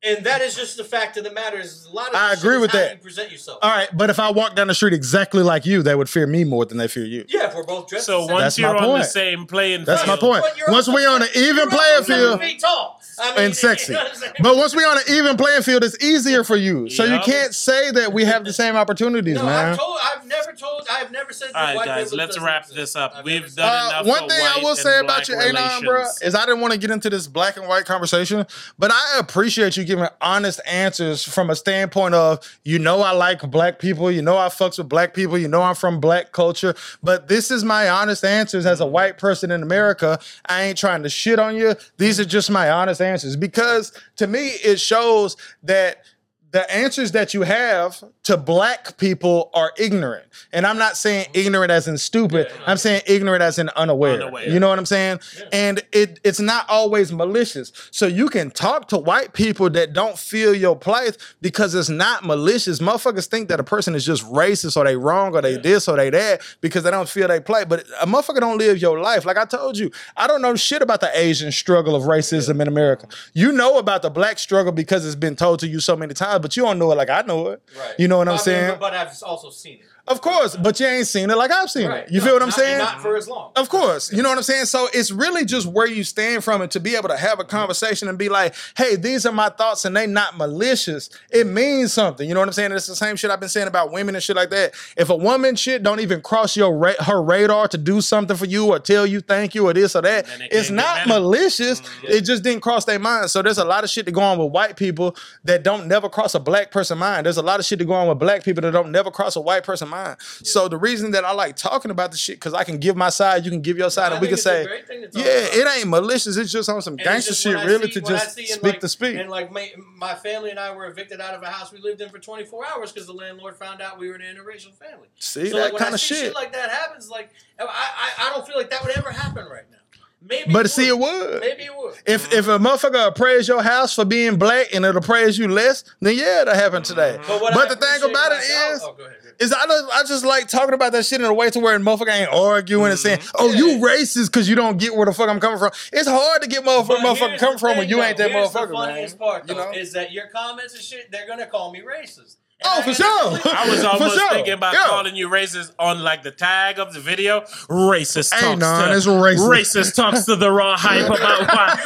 And that is just the fact of the matter. Is a lot of I this shit agree is with how that. You present yourself. All right, but if I walk down the street exactly like you, they would fear me more than they fear you. Yeah, if we're both dressed. So the same. once That's my you're on the point. same playing That's my field, point. But you're Once also we on an seven- even you're also playing seven field feet tall. I mean, and sexy, you know what I'm saying? but once we on an even playing field, it's easier for you. So you Yup. can't say that we have the same opportunities, No, man. I've told. I've never told. I've never said. that All right, white guys, privilege let's doesn't wrap exist. this up. I've We've never said done that. enough. Uh, one for thing I white will and say about black you, A9, bro, relations. is I didn't want to get into this black and white conversation, but I appreciate you giving honest answers from a standpoint of, you know, I like black people, you know, I fucks with black people, you know, I'm from black culture, but this is my honest answers as a white person in America. I ain't trying to shit on you. These are just my honest answers because to me, it shows that the answers that you have to black people are ignorant. And I'm not saying ignorant as in stupid. I'm saying ignorant as in unaware. Unaware. You know what I'm saying? And it it's not always malicious. So you can talk to white people that don't feel your plight because it's not malicious. Motherfuckers think that a person is just racist or they wrong or they this or they that because they don't feel they plight. But a motherfucker don't live your life. Like I told you, I don't know shit about the Asian struggle of racism in America. You know about the black struggle because it's been told to you so many times, but you don't know it like I know it. Right. You know what I I'm mean, saying? but I've also seen it. of course, but you ain't seen it like I've seen Right. it. You No, feel what I'm not- saying? Not for as long. Of course. You know what I'm saying? So it's really just where you stand from and to be able to have a conversation and be like, hey, these are my thoughts and they not malicious. It means something. You know what I'm saying? It's the same shit I've been saying about women and shit like that. If a woman shit don't even cross your ra- her radar to do something for you or tell you thank you or this or that, Then it can't it's get not better. malicious. Mm, It just didn't cross their mind. So there's a lot of shit to go on with white people that don't never cross a black person mind. There's a lot of shit to go on with black people that don't never cross a white person mind. So the reason that I like talking about this shit, because I can give my side, you can give your side, I and we think can it's a say, great thing to yeah, talk about. it ain't malicious. It's just on some And it's gangster just shit, when I really, see- to when I just see in, speak like- to speak. And like my, my family and I were evicted out of a house we lived in for 24 hours because the landlord found out we were an interracial family. See, so that like, when I kinda see shit. like that happens, like I, I I don't feel like that would ever happen right now. Maybe But it see, it would. would. Maybe it would. If if a motherfucker appraise your house for being black and it'll praise you less, then yeah, that happened today. But, Mm, what I the thing appreciate about it myself- is, oh, go ahead. is I just, I just like talking about that shit in a way to where motherfucker ain't arguing and saying, Mm-hmm. "Oh, you racist because you don't get where the fuck I'm coming from." It's hard to get motherfucker, But motherfucker here's coming the from when thing, you though. ain't that Here's motherfucker. The funniest man. part though, You know? is that your comments and shit, they're gonna call me racist. And Oh, I'm for gonna- sure. I was For almost sure. thinking about Yeah. calling you racist on like the tag of the video. Racist Hey, talks nah, to that's racist. racist talks to the raw hype about why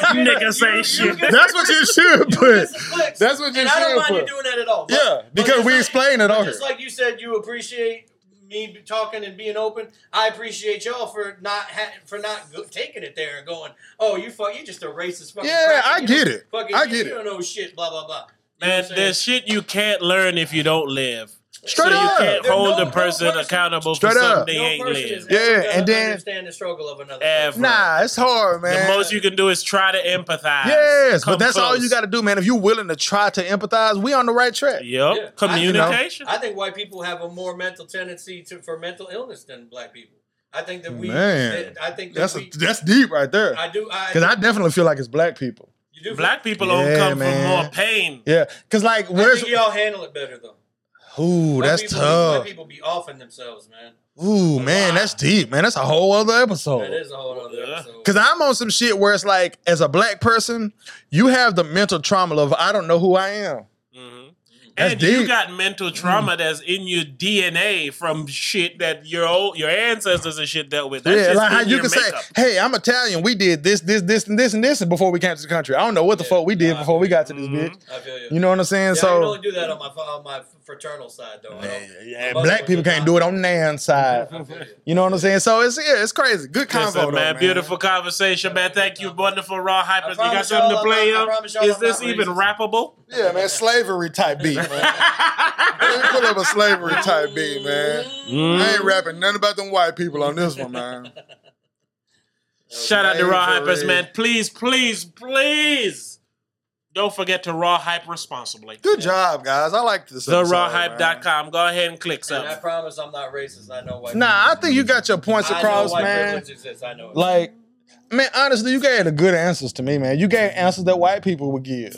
niggas You- you ain't shit. get- That's what you should You put. get some clicks, That's what you and I don't should mind you put. doing that at all. But- Yeah, but because just we like- explain it but on Just here. like you said, you appreciate me be- talking and being open. I appreciate y'all for not ha- for not go- taking it there and going, "Oh, you fuck, you just a racist fucking." Yeah, crack, I you get don't- it. Fucking, I you- get you it. don't know shit. Blah blah blah. You know what Man, I'm saying? there's shit you can't learn if you don't live. Straight so up. you can't There- no- hold a no person person- accountable Straight for something up. they no ain't person lived. is ever Yeah, gonna and then- understand the struggle of another. Ever. Nah, it's hard, man. The most you can do is try to empathize. Yes, but Come that's all close. you got to do, man. If you're willing to try to empathize, we on the right track. Yup. Yeah. Communication. I think white people have a more mental tendency to for mental illness than black people. I think that we. Man, that- I think that That's we. a, that's deep right there. I do. I, Because I definitely feel like it's black people. you do. Black people Yeah, don't come man. from more pain. Yeah, because like, I where's think y'all handle it better though. ooh, Black that's people, Black tough. people be offing themselves, man. Ooh, man, Wow. that's deep, man. That's a whole other That episode. is a whole other Yeah. episode. Because I'm on some shit where it's like, as a black person, you have the mental trauma of I don't know who I am. Mhm. That's And deep. Mm. you got mental trauma that's in your DNA from shit that your old your ancestors and shit dealt with. That's yeah, just like how in you your can say, makeup. "Hey, I'm Italian. We did this, this, this, and this, and this before we came to the country. I don't know what the Yeah, fuck we did nah, before we got to this mhm. bitch. I feel you. You know what I'm saying? yeah, I so can only do that on my fa- on my fraternal side though. I Yeah, don't- yeah, my mother black was people a can't doctor. do it on Nan's side. I feel you. You know what I'm saying? So it's yeah, it's crazy. Good convo, Listen, though, man, man. beautiful conversation, man. Thank you, wonderful raw hypers. You got promise something to y'all play I'm not- I on? promise y'all Is I'm this not even rappable? Yeah, man, slavery type beat, man. Let me pull up a slavery type beat, man. Mm. I ain't rapping nothing about them white people on this one, man. Shout out to Raw Slavery. Hypers, man. Please, please, please don't forget to Raw Hype responsibly. Good job, guys. I like this. episode, man. TheRawHype.com. Go ahead and click And I something. promise I'm not racist. I know white. Nah, I think you got your points people. I know across, white man. privilege exists. I know. it. Like, man, honestly, you gave the good answers to me, man. You gave answers that white people would give.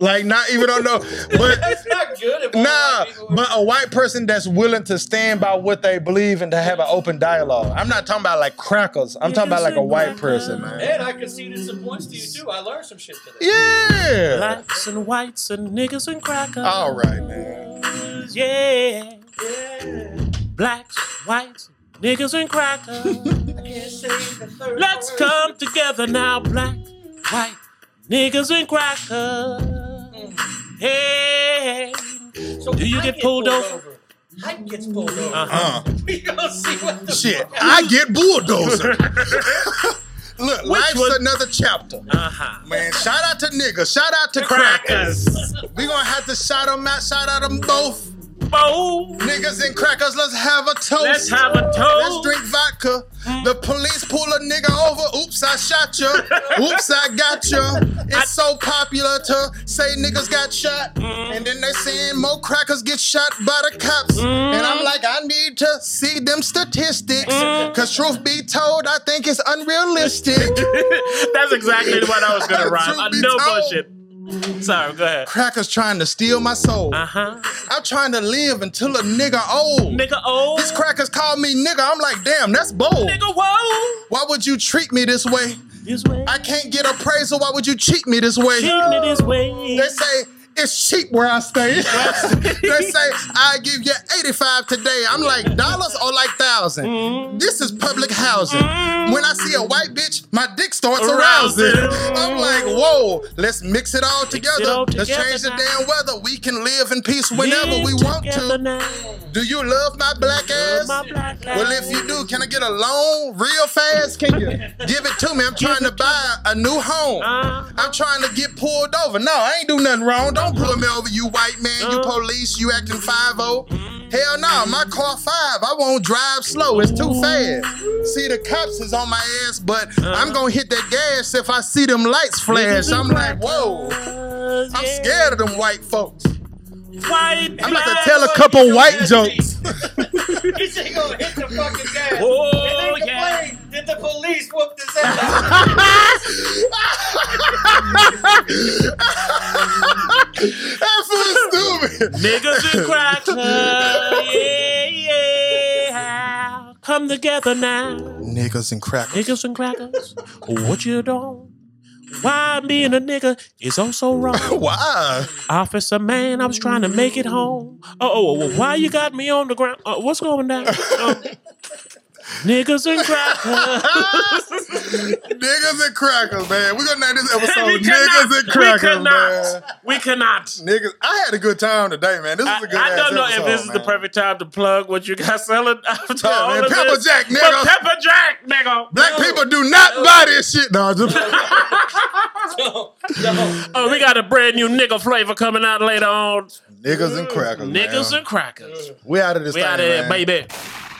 Like, not even on the, but That's not good. If all Nah, white people were- but a white person that's willing to stand by what they believe and to have an open dialogue. I'm not talking about like crackers. I'm talking about like a white person, man. and I conceded some points to you too. I learned some shit today. Yeah. Blacks and whites and niggas and crackers. All right, man. Yeah. Yeah. Blacks, whites, niggas and crackers. I can't say the third Let's word. come together now, black, white, niggas and crackers. Hey. So Do you I get pulled over? I gets pulled over. Uh-huh. Uh, We gonna see what the shit. fuck- I get bulldozer. Look, life's was- another chapter. Uh-huh. Man, shout out to niggas. Shout out to crackers. Crackers. We gonna have to shout them out. Shout out them both. Boom. Niggas and crackers, let's have a toast. Let's have a toast. Mm. Let's drink vodka. The police pull a nigga over. Oops, I shot ya. Oops, I got ya. It's so popular to say niggas got shot. Mm. And then they saying more crackers get shot by the cops. Mm. And I'm like, I need to see them statistics. Mm. Cause truth be told, I think it's unrealistic. That's exactly what I was gonna rhyme. Truth Uh, be No told. bullshit. Sorry, go ahead. crackers trying to steal my soul. Uh-huh. I'm trying to live until a nigga old. Nigga oh. old. These crackers call me nigga. I'm like, damn, that's bold. Nigga whoa. Why would you treat me this way? This way. I can't get appraisal. Why would you cheat me this way? Cheating it this way. They say it's cheap where I stay. they say I give you 85 today. I'm like dollars or like 1000 Mm-hmm. This is public housing. When I see a white bitch, my dick starts arousing. Arousing. I'm like, whoa, let's mix it all together. all let's together change now. the damn weather. We can live in peace whenever Live we want together to. now, Do you love my black ass? my black Well, lives. if you do, can I get a loan real fast? Can you give it to me? I'm trying to buy a new home. Uh-huh. I'm trying to get pulled over. No, I ain't do nothing wrong. Don't pull me over, you white man, you Uh-huh. police, you acting 5 Hell no, my car 5. I won't drive slow. It's too fast. See, the cops is on my ass, but Uh. I'm going to hit that gas if I see them lights flash. I'm like, whoa, I'm Yeah. scared of them white folks. White I'm about to lives. tell a couple white jokes. He said he gonna hit the fucking gas. Oh, and they yeah. complain that the police whooped his ass. That's so stupid. Niggas and crack. Yeah, yeah. Come together now. Niggas and crackers. Niggas and crackers, what you doing? Why being a nigga is also wrong. Why? Officer man, I was trying to make it home. Oh, oh, oh, why you got me on the ground? Uh, what's going down? Um, niggas and crackers. Niggas and crackers, man. We're gonna name this episode We cannot- Niggas and we Crackers, man. cannot. we cannot. Niggas, I had a good time today, man. This I, is a good I don't know ass if this is episode, the man. perfect time to plug what you got selling after Yeah, all man. of Pepper this. Jack, But nigga. Pepper Jack, nigga. Black people do not buy this shit. No, I'm just no, no. Oh, we got a brand new nigga flavor coming out later on. niggas and crackers. Niggas man. and crackers. we out of this. We thing, out of here, man. baby.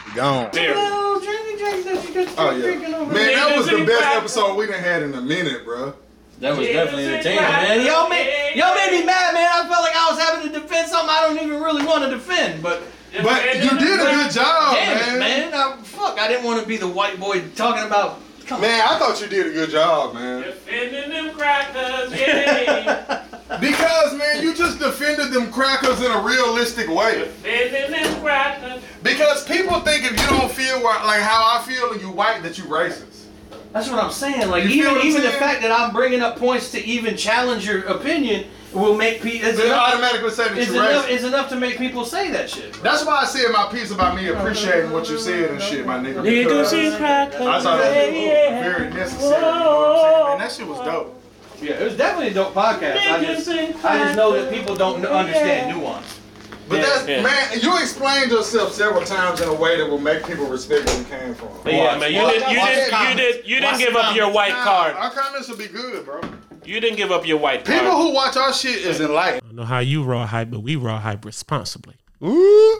We Gone. No, drinking drinks that you just Oh yeah, man, that was the best episode we done had in a minute, bro. That was definitely entertaining, man. Y'all made, y'all made me mad, man. I felt like I was having to defend something I don't even really want to defend, but But you did a good job, damn man. it, man. man. I, fuck, I didn't want to be the white boy talking about. Come on. I thought you did a good job, man. Defending them crackers, yeah. Because man, you just defended them crackers in a realistic way. Defending them crackers. Because people think if you don't feel wh- like how I feel and you white that you racist. That's what I'm saying. Like You feel even what I'm even the saying? fact that I'm bringing up points to even challenge your opinion will make people. It's They enough, automatically say that it's, you're enough, racist. it's enough to make people say that shit. That's why I said my piece about me appreciating what you said and shit, my nigga. Niggas Because and crackers. I thought that was very necessary. You know what I'm saying? Man, that shit was dope. Yeah, it was definitely a dope podcast. I just, I just know that people don't kn- understand nuance. But that's Yeah. man, you explained yourself several times in a way that will make people respect where you came from. But yeah, man, you Watch- didn't, you watch didn't, you comments. didn't, you didn't Watch give up your comments. white Nah, card. Our comments will be good, bro. You didn't give up your white card. People who watch our shit is enlightened. I don't know how you raw hype, but we raw hype responsibly. Ooh.